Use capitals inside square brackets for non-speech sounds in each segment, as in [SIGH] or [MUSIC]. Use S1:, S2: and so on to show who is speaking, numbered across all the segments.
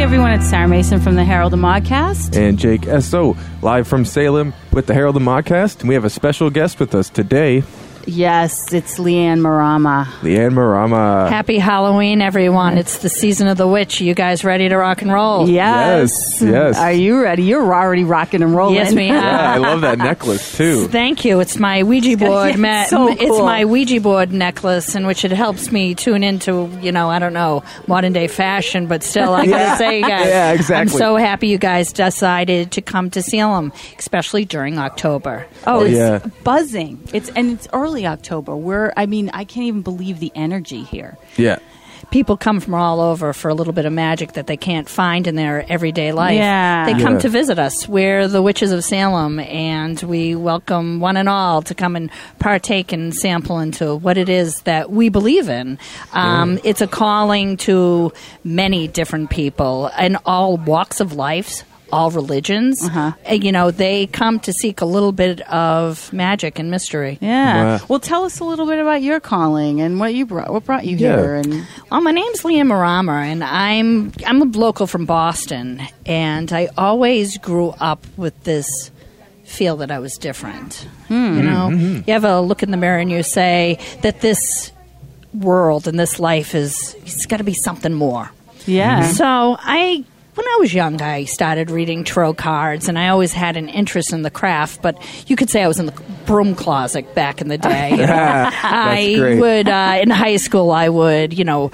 S1: everyone. It's Sarah Mason from the Herald and Modcast.
S2: and Jake S.O. live from Salem with the Herald and Modcast. And we have a special guest with us today,
S1: Yes, it's Leanne Marama.
S2: Leanne Marama.
S3: Happy Halloween, everyone. It's the season of the witch. You guys ready to rock and roll?
S1: Yes.
S2: Yes, yes.
S1: Are you ready? You're already rocking and rolling.
S3: Yes, we are.
S2: yeah, I love that necklace
S3: [LAUGHS]
S2: too.
S3: Thank you. It's my Ouija board.
S1: It's
S3: ma-
S1: so
S3: It's
S1: cool.
S3: my Ouija board necklace, in which it helps me tune into, you know, I don't know, modern day fashion, but still, I gotta say, you guys,
S2: Yeah, exactly.
S3: I'm so happy you guys decided to come to Salem, especially during October.
S1: [LAUGHS] Oh, it's
S2: yeah.
S1: buzzing. It's and it's early October. We're I mean, I can't even believe the energy here.
S2: Yeah.
S3: people come from all over for a little bit of magic that they can't find in their everyday life.
S1: Yeah.
S3: They come
S2: Yeah.
S3: to visit us. We're the Witches of Salem, and we welcome one and all to come and partake and sample into what it is that we believe in. Um, It's a calling to many different people in all walks of life. All religions,
S1: Uh-huh.
S3: uh you know, they come to seek a little bit of magic and mystery.
S1: Yeah.
S2: Wow.
S1: Well, tell us a little bit about your calling and what you brought what brought you
S2: Yeah.
S1: here and
S3: Well, my name's Leah Marama, and I'm I'm a local from Boston, and I always grew up with this feel that I was different. Hmm, You know, you have a look in the mirror and you say that this world and this life is it's got to be something more.
S1: yeah.
S3: So I, when I was young, I started reading tarot cards, and I always had an interest in the craft. But you could say I was in the broom closet back in the day. I
S2: great.
S3: would uh, in high school. I would, you know,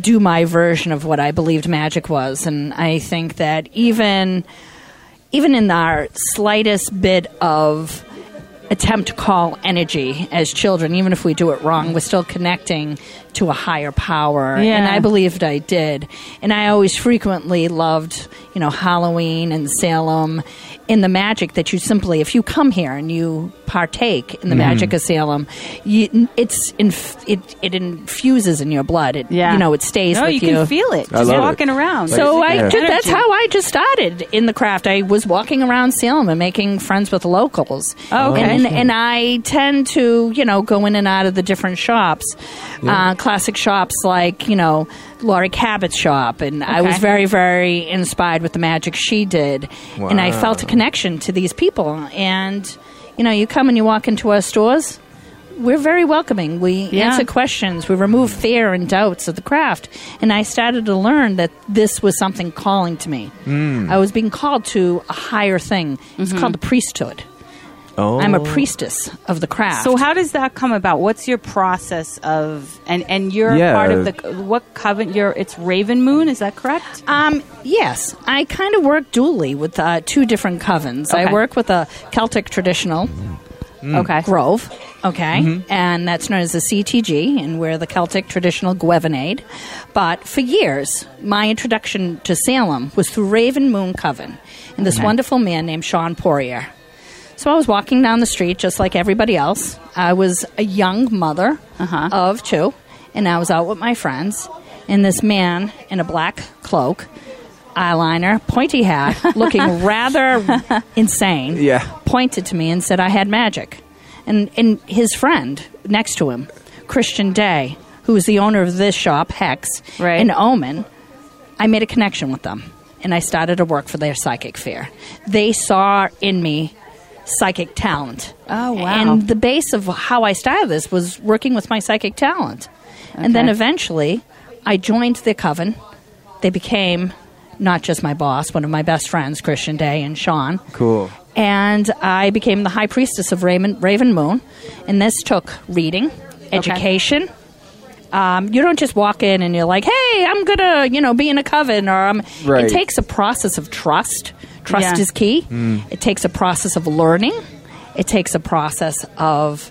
S3: do my version of what I believed magic was, and I think that even even in our slightest bit of attempt to call energy as children, even if we do it wrong, we're still connecting to a higher power.
S1: Yeah.
S3: And I believed I did. And I always frequently loved, you know, Halloween and Salem in the magic that you simply, if you come here and you partake in the
S1: Mm-hmm.
S3: magic of Salem, you, it's inf- it, it infuses in your blood. It,
S1: Yeah.
S3: You know, it stays
S1: No,
S3: with
S1: you
S3: you.
S1: can feel it.
S2: I
S1: Just
S2: love it.
S1: walking around.
S3: So
S2: Like,
S3: I
S2: yeah.
S3: ju- that's
S1: Energy.
S3: how I just started in the craft. I was walking around Salem and making friends with locals.
S1: Oh, okay.
S3: And, and I tend to, you know, go in and out of the different shops, uh, classic shops like, you know, Laurie Cabot's shop. And I was
S1: Okay.
S3: very, very inspired with the magic she did. And I felt a connection to these people. And, you know, you come and you walk into our stores. We're very welcoming. We
S1: Yeah.
S3: answer questions. We remove fear and doubts of the craft. And I started to learn that this was something calling to me. I was being called to a higher thing. It's called the priesthood.
S2: Oh.
S3: I'm a priestess of the craft.
S1: So how does that come about? What's your process of and and you're
S2: Yeah.
S1: part of the what covenant? You're it's Raven Moon, is that correct?
S3: Um, yes, I kind of work dually with uh, two different covens.
S1: Okay.
S3: I work with a Celtic traditional
S2: Mm.
S1: Okay.
S3: grove, okay, and that's known as the CTG, and we're the Celtic traditional Guevenade. But for years, my introduction to Salem was through Raven Moon Coven and this wonderful man named Sean Poirier. So I was walking down the street just like everybody else. I was a young mother of two, and I was out with my friends. And this man in a black cloak, eyeliner, pointy hat, looking rather insane,
S2: Yeah.
S3: pointed to me and said I had magic. And, and his friend next to him, Christian Day, who is the owner of this shop, Hex,
S1: Right.
S3: and Omen, I made a connection with them and I started to work for their psychic fair. They saw in me psychic talent.
S1: Oh, wow.
S3: And the base of how I started this was working with my psychic talent. And then
S1: Okay.
S3: eventually I joined the coven. They became not just my boss, one of my best friends, Christian Day and Sean.
S2: Cool.
S3: And I became the high priestess of Raven, Raven Moon. And this took reading, education, um, you don't just walk in and you're like, "Hey, I'm gonna, you know, be in a coven," or "I'm."
S2: Right.
S3: It takes a process of trust. Trust
S1: Yeah.
S3: is key. It takes a process of learning. It takes a process of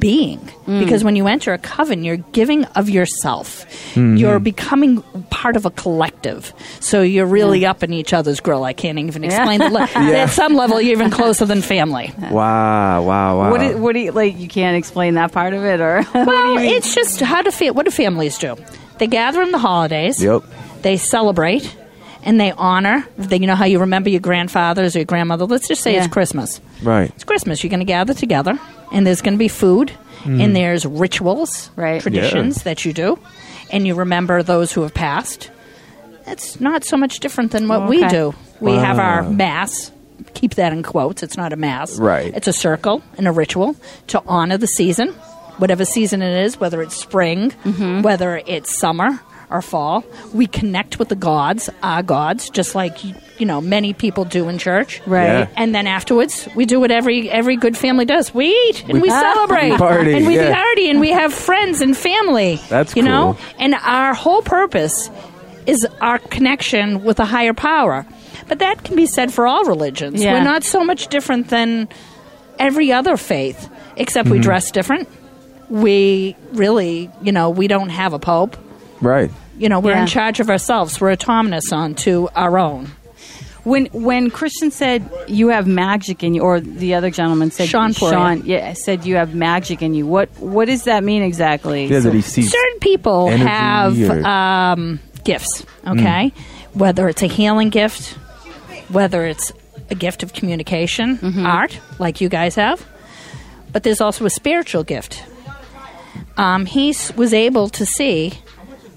S3: being because when you enter a coven you're giving of yourself you're becoming part of a collective so you're really up in each other's grill i can't even explain
S1: [LAUGHS]
S3: the le- at some level you're even closer than family
S2: Wow, wow, wow.
S1: What do, what do you like? You can't explain that part of it, or [LAUGHS] what do
S3: well
S1: you mean?
S3: it's just how do fa- what do families do they gather in the holidays
S2: yep.
S3: they celebrate and they honor. They, you know how you remember your grandfathers or your grandmother? Let's just say
S1: Yeah.
S3: it's Christmas.
S2: Right.
S3: It's Christmas. You're going to gather together, and there's going to be food,
S2: Mm.
S3: and there's rituals,
S1: Right.
S3: traditions that you do, and you remember those who have passed. It's not so much different than what we
S1: Okay.
S3: do. We have our
S2: Wow.
S3: mass. Keep that in quotes. It's not a mass.
S2: Right.
S3: It's a circle and a ritual to honor the season, whatever season it is, whether it's spring,
S1: Mm-hmm.
S3: whether it's summer or fall. We connect with the gods, our gods, just like you know many people do in church.
S2: Yeah.
S1: Right.
S3: And then afterwards, we do what every every good family does. We eat and we,
S2: We-
S3: celebrate,
S2: We party,
S3: and we
S2: yeah.
S3: party, and we have friends and family.
S2: That's
S3: you know,
S2: cool.
S3: and our whole purpose is our connection with a higher power. But that can be said for all religions.
S1: Yeah.
S3: We're not so much different than every other faith, except
S2: Mm-hmm.
S3: we dress different. We really, you know, we don't have a pope.
S2: Right.
S3: You know, we're
S1: Yeah.
S3: in charge of ourselves. We're autonomous onto our own.
S1: When when Christian said you have magic in you, or the other gentleman said
S3: Sean Poirier.
S1: Sean, yeah, said you have magic in you. What what does that mean exactly?
S2: Yeah, that he
S1: So-
S2: sees.
S3: certain people
S2: energy
S3: have
S2: or-
S3: um, gifts okay whether it's a healing gift whether it's a gift of communication art like you guys have but there's also a spiritual gift um, he s- was able to see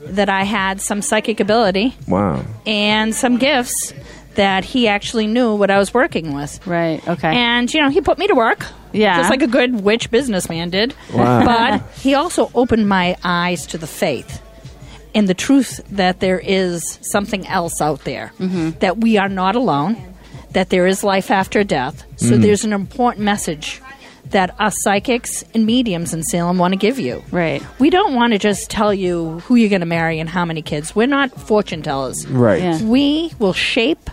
S3: that i had some psychic ability
S2: Wow.
S3: and some gifts that he actually knew what i was working with
S1: right. Okay.
S3: and you know, he put me to work.
S1: Yeah.
S3: Just like a good witch businessman did.
S2: Wow.
S3: But he also opened my eyes to the faith and the truth that there is something else out there.
S1: Mm-hmm.
S3: That we are not alone, that there is life after death. So
S2: Mm.
S3: there's an important message that us psychics and mediums in Salem want to give you.
S1: Right.
S3: We don't want to just tell you who you're going to marry and how many kids. We're not fortune tellers.
S2: Right.
S1: Yeah.
S3: We will shape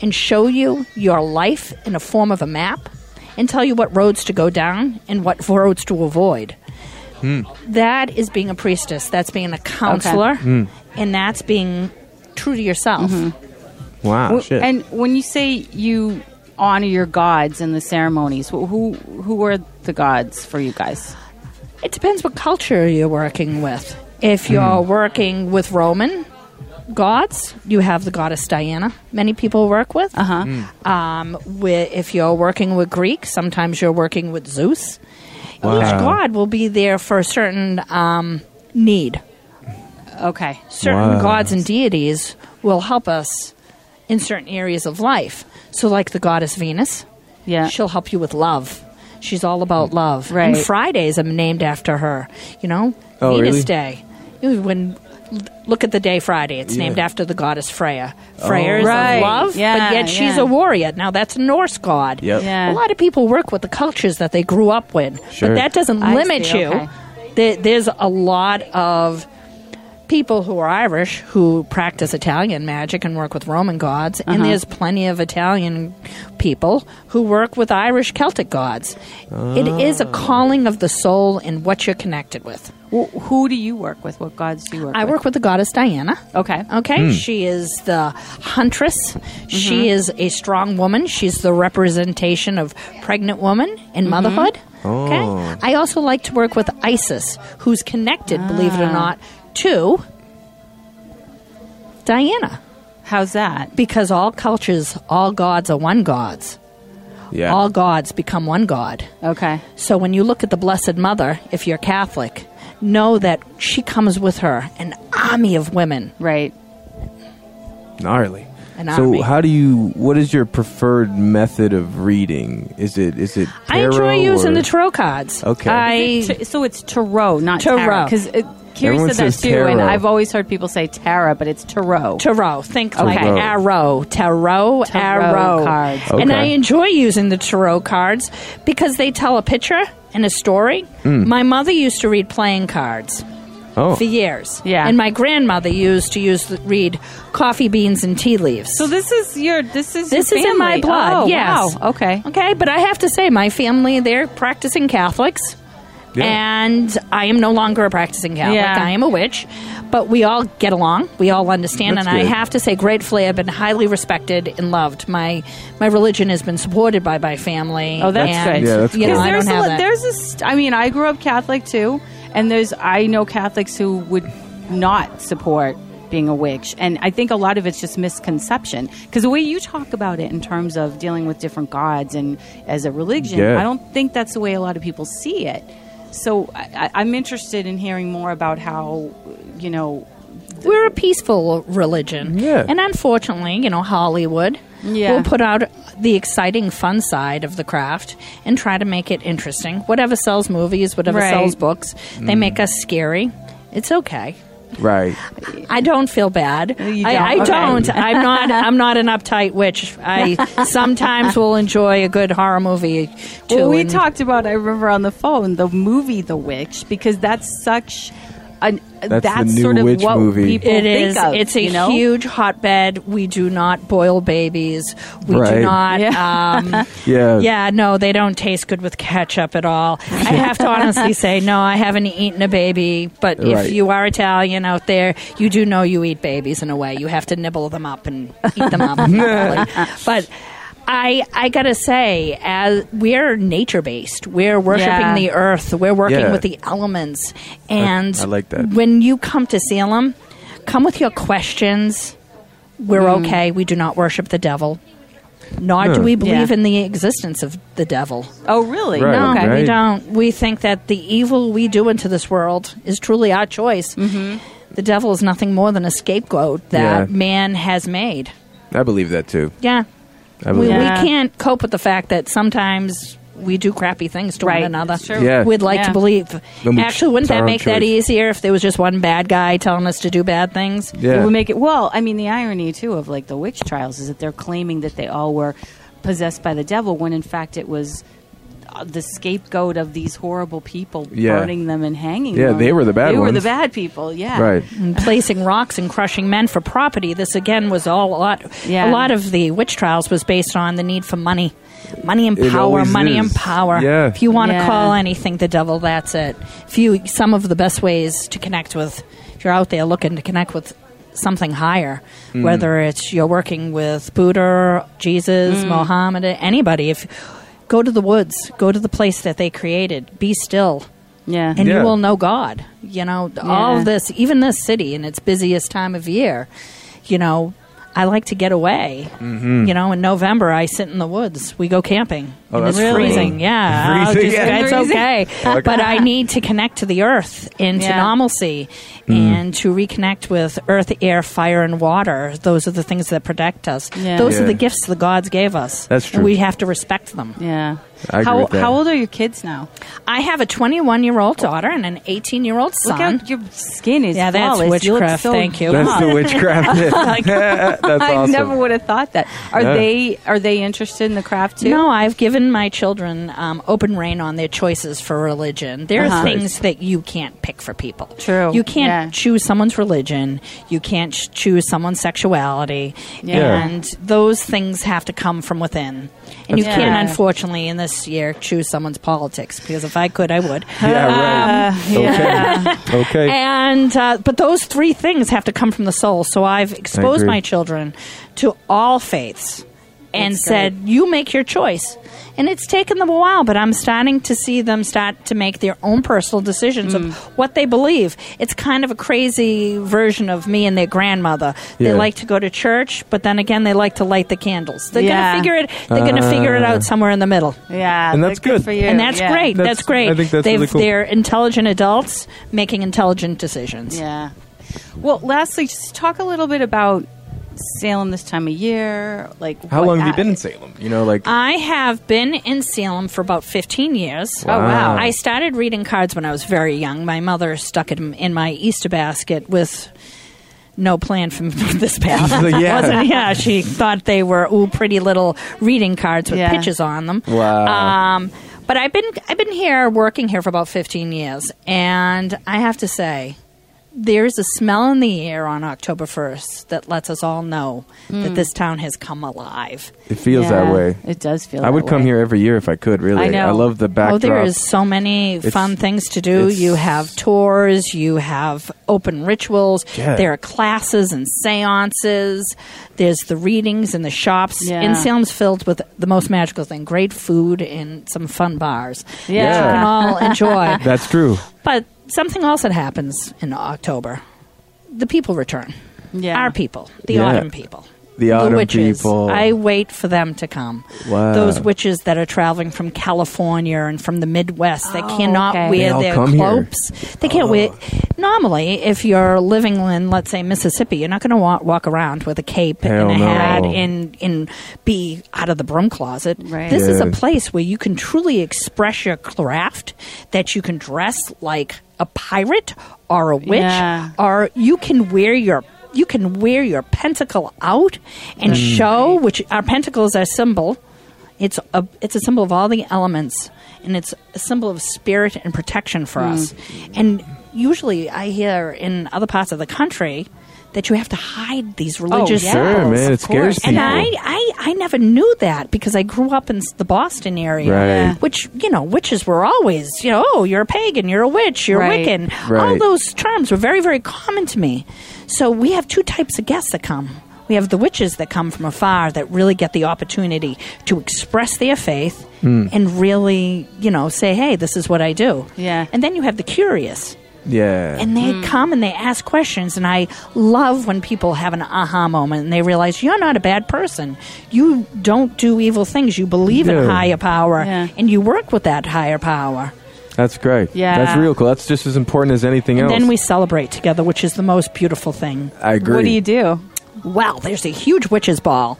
S3: and show you your life in a form of a map and tell you what roads to go down and what roads to avoid. That is being a priestess, that's being a counselor, and that's being true to yourself.
S2: Wow.
S1: Wh-
S2: Oh, Shit.
S1: And when you say you honor your gods in the ceremonies, wh- who who are the gods for you guys?
S3: It depends what culture you're working with. If you're working with Roman gods, you have the goddess Diana. Many people work with. Uh huh.
S2: Hmm.
S3: Um, wi- if you're working with Greek, sometimes you're working with Zeus. Each
S2: Wow.
S3: god will be there for a certain um, need.
S1: Okay.
S3: Certain
S2: Wow.
S3: gods and deities will help us in certain areas of life. So, like the goddess Venus,
S1: Yeah.
S3: She'll help you with love. She's all about love.
S1: Right.
S3: And Fridays I'm named after her. You know,
S2: Oh,
S3: Venus
S2: really?
S3: Day. It was When look at the day Friday, it's
S2: Yeah. Oh.
S3: named after the goddess Freya. Freya is
S1: Right.
S3: of love,
S1: Yeah,
S3: but yet she's
S1: yeah.
S3: a warrior. Now that's a Norse god.
S2: Yep.
S1: Yeah.
S3: A lot of people work with the cultures that they grew up with,
S2: Sure.
S3: but that doesn't
S1: I
S3: limit
S1: see,
S3: you.
S1: okay.
S3: There- There's a lot of people who are Irish who practice Italian magic and work with Roman gods,
S1: Uh-huh.
S3: and there's plenty of Italian people who work with Irish Celtic gods. It is
S1: Ah.
S3: a calling of the soul and what you're connected with.
S1: Wh- who do you work with? What gods do you work
S3: I
S1: with?
S3: work with the goddess Diana.
S1: Okay.
S3: Okay,
S2: Hmm.
S3: she is the huntress. She is a strong woman. She's the representation of pregnant woman and motherhood.
S2: Oh.
S3: Okay, I also like to work with Isis, who's connected, believe it or not, to Diana,
S1: How's that?
S3: because all cultures, all gods are one gods.
S2: yeah.
S3: All gods become one god.
S1: Okay.
S3: So when you look at the Blessed Mother, if you're Catholic, know that she comes with her an army of women.
S1: Right.
S2: Gnarly.
S3: An
S2: so
S3: army.
S2: how do you? What is your preferred method of reading? Is it is it?
S3: I enjoy
S2: tarot
S3: using
S2: or-
S3: the tarot cards.
S2: Okay.
S3: I
S1: T- so it's tarot, not
S3: Tarot.
S1: tarot. Because Carrie
S2: Everyone
S1: said that
S2: says
S1: too, and
S2: tarot.
S1: I've always heard people say tarot, but it's tarot.
S3: tarot. Think like
S2: Tarot.
S3: arrow, tarot,
S1: Tarot
S3: arrow
S1: cards.
S3: And
S2: Okay.
S3: I enjoy using the tarot cards because they tell a picture and a story. My mother used to read playing cards
S2: Hmm. Oh.
S3: for years.
S1: Yeah.
S3: And my grandmother used to use read coffee beans and tea leaves.
S1: so this is your. This is
S3: This
S1: your
S3: is in my
S1: family.
S3: blood,
S1: Oh,
S3: yes.
S1: Wow. Okay.
S3: Okay, but I have to say, my family, they're practicing Catholics.
S2: Oh, Yeah.
S3: And I am no longer a practicing Catholic.
S1: Yeah.
S3: I am a witch. But we all get along. We all understand.
S2: That's
S3: and
S2: good.
S3: I have to say, gratefully, I've been highly respected and loved. My my religion has been supported by my family.
S1: Oh, that's
S3: and,
S1: good.
S2: Yeah, that's
S3: you
S2: cool.
S3: know,
S1: Because
S3: I
S1: there's
S3: don't
S1: a
S3: have
S1: lot-
S3: that.
S1: there's a st- I mean, I grew up Catholic too, and there's I know Catholics who would not support being a witch, and I think a lot of it's just misconception because the way you talk about it in terms of dealing with different gods and as a religion,
S2: Yeah.
S1: I don't think that's the way a lot of people see it. So I, I- I'm interested in hearing more about how you know
S3: we're a peaceful religion.
S2: Yeah.
S3: And unfortunately, you know, Hollywood
S1: Yeah.
S3: will put out the exciting, fun side of the craft and try to make it interesting. Whatever sells movies, whatever
S1: Right.
S3: sells books,
S2: Mm.
S3: they make us scary. It's okay.
S2: Right.
S3: I don't feel bad.
S1: You
S3: I, I
S1: don't? Okay.
S3: don't. I'm
S1: [LAUGHS]
S3: not. I'm not an uptight witch. I sometimes will enjoy a good horror movie too.
S1: Well, we
S3: and-
S1: talked about. I remember on the phone the movie The Witch because that's such an
S2: the
S1: that's,
S2: new
S1: sort of
S2: witch
S1: what
S2: movie.
S1: people
S3: It
S1: think
S3: is.
S1: of.
S3: it's a
S1: you know?
S3: huge hotbed. We do not boil babies. We
S2: Right.
S3: do not.
S1: Yeah.
S3: Um,
S2: Yeah.
S3: yeah, no, they don't taste good with ketchup at all. I have to
S2: [LAUGHS]
S3: honestly say, no, I haven't eaten a baby. But
S2: Right.
S3: if you are Italian out there, you do know you eat babies in a way. You have to nibble them up and eat
S2: [LAUGHS]
S3: them up. probably. but. I, I gotta say, as we're nature based, we're worshiping
S1: Yeah.
S3: the earth, we're working
S2: Yeah.
S3: with the elements, and
S2: I like that.
S3: when you come to Salem, come with your questions. We're okay. We do not worship the devil. Nor
S2: Mm. Yeah.
S3: do we believe
S1: Yeah.
S3: in the existence of the devil.
S1: Oh, really?
S2: Right.
S3: No,
S2: Okay.
S3: we don't. We think that the evil we do into this world is truly our choice. Mm-hmm. The devil is nothing more than a scapegoat that
S2: Yeah.
S3: man has made.
S2: I believe that too.
S3: Yeah.
S2: I
S3: We,
S2: believe
S1: Yeah.
S2: that.
S3: we can't cope with the fact that sometimes we do crappy things to
S1: Right.
S3: one another.
S1: It's true.
S2: Yeah.
S3: We'd like
S1: Yeah.
S3: to believe.
S2: Then we
S3: Actually,
S2: ch- it's
S3: wouldn't
S2: our
S3: that
S2: own
S3: make that
S2: choice.
S3: easier if there was just one bad guy telling us to do bad things?
S2: Yeah.
S1: It would make it well. I mean, the irony too of like the witch trials is that they're claiming that they all were possessed by the devil when in fact it was uh, the scapegoat of these horrible people
S2: Yeah.
S1: burning them and hanging
S2: Yeah,
S1: them.
S2: they were the bad
S1: They were the
S2: ones.
S1: bad people. Yeah.
S2: Right.
S3: and [LAUGHS] placing rocks and crushing men for property. This again was all a lot.
S1: Yeah.
S3: A lot of the witch trials was based on the need for money, money and
S2: It
S3: power,
S2: always
S3: money
S2: is.
S3: and power.
S2: Yeah.
S3: If you want to
S1: Yeah.
S3: call anything the devil, that's it. If you some of the best ways to connect with, if you're out there looking to connect with something higher,
S2: Hmm.
S3: whether it's you're working with Buddha, Jesus,
S1: Hmm.
S3: Mohammed, anybody, if go to the woods, go to the place that they created, be still
S1: Yeah.
S3: and
S2: Yeah.
S3: you will know God. You know, all
S1: Yeah.
S3: of this, even this city in its busiest time of year, you know, I like to get away. You know, in November, I sit in the woods. We go camping.
S2: Mm-hmm. Oh,
S3: and
S2: that's
S3: it's
S2: cool.
S3: freezing. Yeah.
S2: [LAUGHS]
S3: I'll
S2: Freezing,
S3: just-
S2: yeah. ah.
S3: It's
S1: Freezing.
S2: [LAUGHS]
S3: okay.
S2: Okay.
S3: But I need to connect to the earth and to
S1: Yeah.
S3: normalcy
S2: Mm.
S3: and to reconnect with earth, air, fire, and water. Those are the things that protect us.
S1: Yeah.
S3: Those
S2: Yeah.
S3: are the gifts the gods gave us.
S2: That's
S3: And
S2: true.
S3: we have to respect them.
S1: Yeah.
S2: I agree
S1: how
S2: with that.
S1: how old are your kids now?
S3: I have a 21 year old daughter and an 18 year old son.
S1: Look out, your skin is
S3: Yeah, that's
S1: flawless. You look
S3: witchcraft.
S1: so
S3: Thank you.
S2: That's the
S1: young.
S2: witchcraft.
S1: [LAUGHS]
S2: [LAUGHS] that's awesome.
S1: I never would have thought that. Are
S2: Yeah.
S1: they are they interested in the craft too?
S3: No, I've given my children um, open reign on their choices for religion. There
S1: Uh-huh.
S3: are things that you can't pick for people.
S1: True.
S3: You can't
S1: Yeah.
S3: choose someone's religion. You can't ch- choose someone's sexuality.
S1: Yeah.
S3: And those things have to come from within. And you
S1: That's
S3: can't,
S1: true.
S3: unfortunately, in this year, choose someone's politics because if I could, I would.
S2: Yeah, right.
S1: uh,
S2: Okay. Okay.
S3: And uh, but those three things have to come from the soul. So I've exposed
S2: agree.
S3: my children to all faiths and said, "You make your choice." And it's taken them a while, but I'm starting to see them start to make their own personal decisions
S1: Mm.
S3: of what they believe. It's kind of a crazy version of me and their grandmother. They
S2: Yeah.
S3: like to go to church, but then again, they like to light the candles. They're
S1: Yeah.
S3: gonna figure it. They're
S2: Ah.
S3: gonna figure it out somewhere in the middle.
S1: Yeah,
S2: And
S1: but
S2: that's good.
S1: for you.
S3: And that's
S1: yeah.
S3: great.
S2: That's-
S3: That's, great.
S2: I think that's
S3: They've,
S2: really cool.
S3: They're intelligent adults making intelligent decisions.
S1: Yeah. Well, lastly, just talk a little bit about Salem this time of year. Like,
S2: How
S1: what-
S2: long have you been in Salem? You know, like
S1: Um,
S3: I have been in Salem for about 15 years.
S1: Oh, wow.
S3: I started reading cards when I was very young. My mother stuck it in my Easter basket with no plan from [LAUGHS] this
S1: [LAUGHS]
S3: path.
S2: Yeah.
S3: [LAUGHS] Wasn't, yeah, she thought they were ooh pretty little reading cards with
S1: Yeah.
S3: pictures on them.
S2: Wow.
S3: Um, but I've been I've been here working here for about 15 years and I have to say there's a smell in the air on October 1st that lets us all know that this town has come alive.
S2: it feels
S1: Yeah,
S2: that way.
S1: It does feel.
S2: I would
S1: that
S2: come
S1: way.
S2: here every year if I could. Really,
S1: I know.
S2: love the backdrop.
S3: Oh, there is so many fun things to do.
S2: it's-
S3: You have tours, you have open rituals,
S2: Yeah.
S3: there are classes and seances, there's the readings and the shops.
S1: Yeah.
S3: And Salem's filled with the most magical thing great food and some fun bars
S1: Yeah.
S3: that you can all enjoy.
S2: That's
S1: [LAUGHS]
S2: true.
S3: but something else that happens in October the people return.
S1: Yeah.
S3: Our people, the
S2: Yeah.
S3: autumn people.
S2: The autumn
S3: witches.
S2: people.
S3: I wait for them to come.
S2: Wow.
S3: Those witches that are traveling from California and from the Midwest that cannot
S1: Oh, okay.
S3: wear
S2: They all
S3: their
S2: come here. Oh.
S3: cloaks. They can't wear. Normally, if you're living in, let's say, Mississippi, you're not going to walk, walk around with a cape
S2: Hell
S3: and a
S2: no.
S3: hat and, and be out of the broom closet.
S1: Right.
S3: This is a
S2: Yeah.
S3: place where you can truly express your craft, that you can dress like a pirate or a witch
S1: Yeah.
S3: or you can wear your you can wear your pentacle out and show which our pentacle is our symbol it's a it's a symbol of all the elements and it's a symbol of spirit and protection
S2: Mm.
S3: for us and usually i hear in other parts of the country that you have to hide these religious
S1: yeah.
S2: Oh, Sure,
S3: symbols
S2: man, it scares
S3: and
S2: people.
S3: I, I, I never knew that because I grew up in s- the Boston area,
S2: Right.
S3: which you know, witches were always you know, oh, you're a pagan, you're a witch, you're
S1: Right.
S3: Wiccan. All
S2: Right.
S3: those terms were very, very common to me. So we have two types of guests that come. We have the witches that come from afar that really get the opportunity to express their faith
S2: Hmm.
S3: and really, you know, say, hey, this is what I do.
S1: Yeah.
S3: And then you have the curious
S2: yeah.
S3: and they come and they ask questions and i love when people have an aha moment and they realize you're not a bad person you don't do evil things you believe in
S2: No.
S3: higher power
S1: Yeah.
S3: and you work with that higher power
S2: That's great.
S1: Yeah.
S2: That's real cool. That's just as important as anything
S3: and
S2: else.
S3: then we celebrate together which is the most beautiful thing
S2: I agree.
S1: What do you do?
S3: wow there's a huge witches ball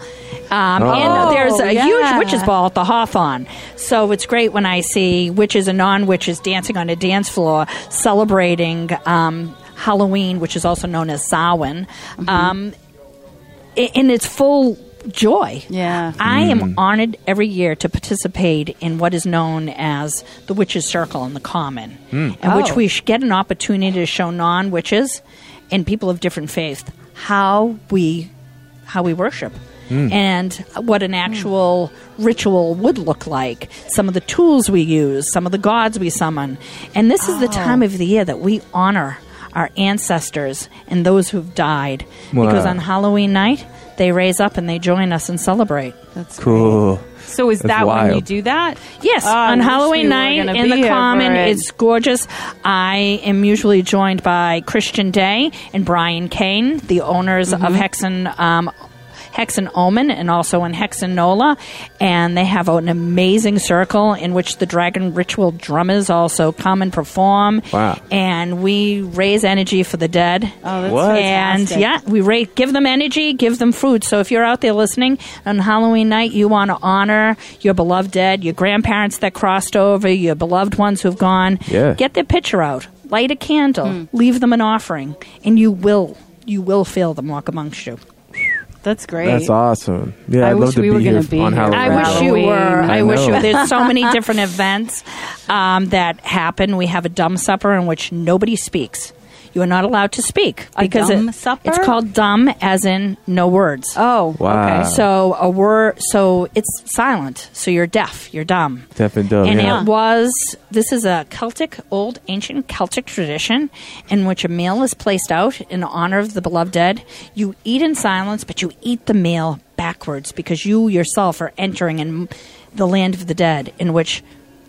S3: um,
S2: Oh.
S3: and there's a
S1: yeah.
S3: huge witches ball at the hawthorne so it's great when i see witches and non-witches dancing on a dance floor celebrating um, halloween which is also known as samhain
S1: Mm-hmm.
S3: um, i- in its full joy.
S1: Yeah.
S3: I am honored every year to participate in what is known as the Witches Circle in the Common, in which
S1: Oh.
S3: we sh- get an opportunity to show non witches and people of different faith how we how we worship. And what an actual ritual would look like, some of the tools we use, some of the gods we summon. And this is the time of the year that we honor our ancestors and those who've died. Because
S2: Wow.
S3: on Halloween night, they raise up and they join us and celebrate.
S1: That's
S2: cool.
S1: So is
S2: That's
S1: that when you
S2: wild.
S1: do that?
S3: Yes,
S1: Oh, I
S3: on
S1: wish
S3: Halloween
S1: we were
S3: night
S1: gonna
S3: in
S1: be
S3: the
S1: here for
S3: Common,
S1: it.
S3: it's gorgeous. I am usually joined by Christian Day and Brian Kane, the owners of
S1: Mm-hmm.
S3: Hexen. Um, Hexen Omen and also in Hexen Nola, and they have an amazing circle in which the Dragon Ritual drummers also come and perform.
S2: Wow.
S3: And we raise energy for the dead.
S1: Oh, that's
S2: What?
S3: And
S1: fantastic.
S3: yeah, we rate, give them energy, give them food. So if you're out there listening on Halloween night, you want to honor your beloved dead, your grandparents that crossed over, your beloved ones who've gone.
S2: Yeah.
S3: Get their picture out, light a candle,
S1: Hmm.
S3: leave them an offering, and you will, you will feel them walk amongst you.
S1: That's great.
S2: That's awesome. Yeah,
S1: I
S2: I'd
S1: wish
S2: love to
S1: we
S2: be
S1: were
S2: here
S1: gonna be
S2: on
S1: here.
S2: Halloween.
S3: I
S1: Wow.
S3: wish you were. I,
S2: I
S3: wish you
S2: know.
S1: [LAUGHS]
S3: There's so many different events um, that happen. We have a dumb supper in which nobody speaks. You are not allowed to speak
S1: A dumb
S3: it-
S1: supper?
S3: it's called dumb, as in no words.
S1: Oh,
S2: Wow.
S1: okay.
S3: So a word, so it's silent. So you're deaf. You're dumb.
S2: Deaf and dumb,
S3: And
S2: yeah.
S3: it was. This is a Celtic, old, ancient Celtic tradition, in which a meal is placed out in honor of the beloved dead. You eat in silence, but you eat the meal backwards because you yourself are entering in the land of the dead, in which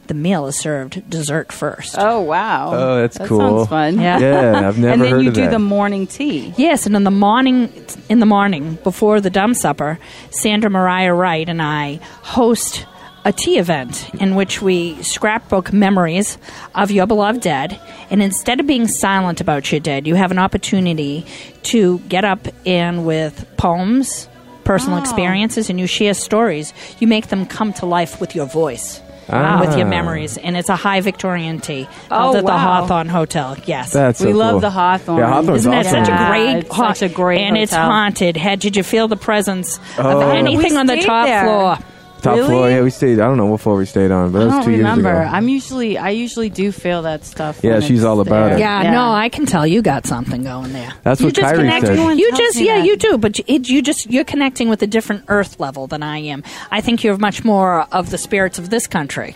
S3: the meal is served dessert first.
S1: Oh, wow.
S2: [LAUGHS] Oh, that's
S1: that
S2: cool.
S1: Sounds fun.
S3: Yeah.
S2: Yeah, I've never
S1: and then
S2: heard
S1: you
S2: of
S1: do
S2: that.
S1: the morning tea.
S3: Yes, and in the morning, in the morning before the dumb supper, Sandra Mariah Wright and I host a tea event in which we scrapbook memories of your beloved dead. And instead of being silent about your dead, you have an opportunity to get up and with poems,
S1: Oh.
S3: personal experiences, and you share stories. You make them come to life with your voice. uh, with your
S2: Ah.
S3: memories, and it's a high Victorian tea held
S1: Oh,
S3: at the
S1: wow.
S3: Hawthorne Hotel. Yes,
S2: That's
S1: we
S2: so
S1: love
S2: cool.
S1: the Hawthorne.
S2: Yeah, Hawthorne's
S3: isn't that
S2: awesome.
S3: such a
S1: Yeah,
S3: great,
S1: it's such a great
S3: and it's
S1: hotel.
S3: haunted. Had did you feel the presence
S2: Oh.
S3: of
S2: We
S3: anything on the
S1: stayed
S3: top
S1: there.
S3: floor?
S2: Top
S1: Really?
S2: floor. Yeah, we stayed. I don't know what floor we stayed on, but that
S1: I
S2: was
S1: don't
S2: two
S1: remember.
S2: years ago.
S1: I'm usually I usually do feel that stuff.
S2: Yeah,
S1: when
S2: she's
S1: it's
S2: all about
S1: there.
S2: it.
S3: Yeah, no, I can tell you got something going there.
S2: That's
S3: you
S2: what
S3: just
S2: Kyrie
S3: connect-
S2: said. No
S1: one
S3: You
S1: tells
S3: just,
S1: me
S3: yeah,
S1: that.
S3: you do, but it, you just you're connecting with a different earth level than I am. I think you're much more of the spirits of this country.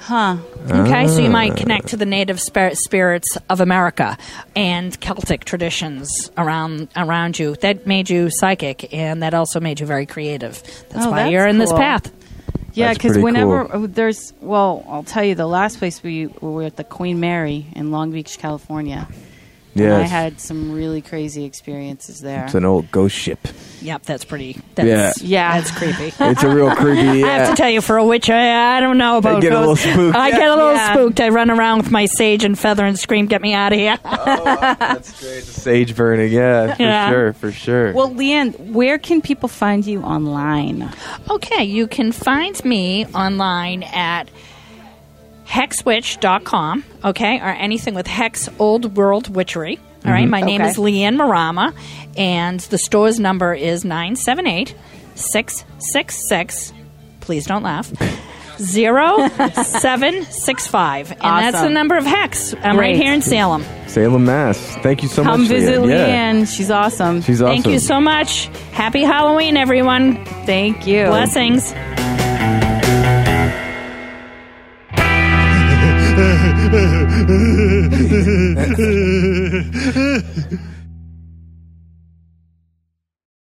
S1: huh?
S3: Okay,
S2: Ah.
S3: so you might connect to the native spirit, spirits of America and Celtic traditions around around you. That made you psychic, and that also made you very creative. That's
S1: Oh,
S3: why
S1: that's
S3: you're in this
S1: cool.
S3: path.
S1: Yeah,
S2: That's
S1: because
S2: pretty
S1: whenever
S2: cool.
S1: oh, there's well, I'll tell you the last place we, we were at the Queen Mary in Long Beach, California, And I
S2: Yes.
S1: had some really crazy experiences there.
S2: It's an old ghost ship.
S3: Yep, that's pretty. That's,
S1: Yeah. Yeah.
S3: that's
S1: [LAUGHS]
S3: creepy.
S2: It's a real creepy. Yeah.
S3: I have to tell you, for a witch, I, I don't know about.
S2: get a little
S3: ghosts.
S2: spooked.
S3: I get a little
S1: Yeah.
S3: spooked. I run around with my sage and feather and scream, "Get me out of here!" [LAUGHS]
S2: That's great. The sage burning. Yeah, for
S3: Yeah.
S2: sure, for sure.
S1: well, Leanne, where can people find you online?
S3: Okay, you can find me online at hexwitch.com, okay, or anything with Hex Old World Witchery. All right, my name
S1: Okay.
S3: is Leanne Marama, and the store's number is 978 666. Please don't [LAUGHS] laugh. 0765. And that's the
S1: Awesome.
S3: number of Hex. I'm right
S1: Great.
S3: here in Salem.
S2: Salem, Mass. Thank you so
S1: Come
S2: much.
S1: visit
S2: Leanne. Yeah.
S1: Leanne. She's awesome.
S2: She's awesome.
S3: Thank you so much. Happy Halloween, everyone.
S1: Thank you.
S3: Blessings.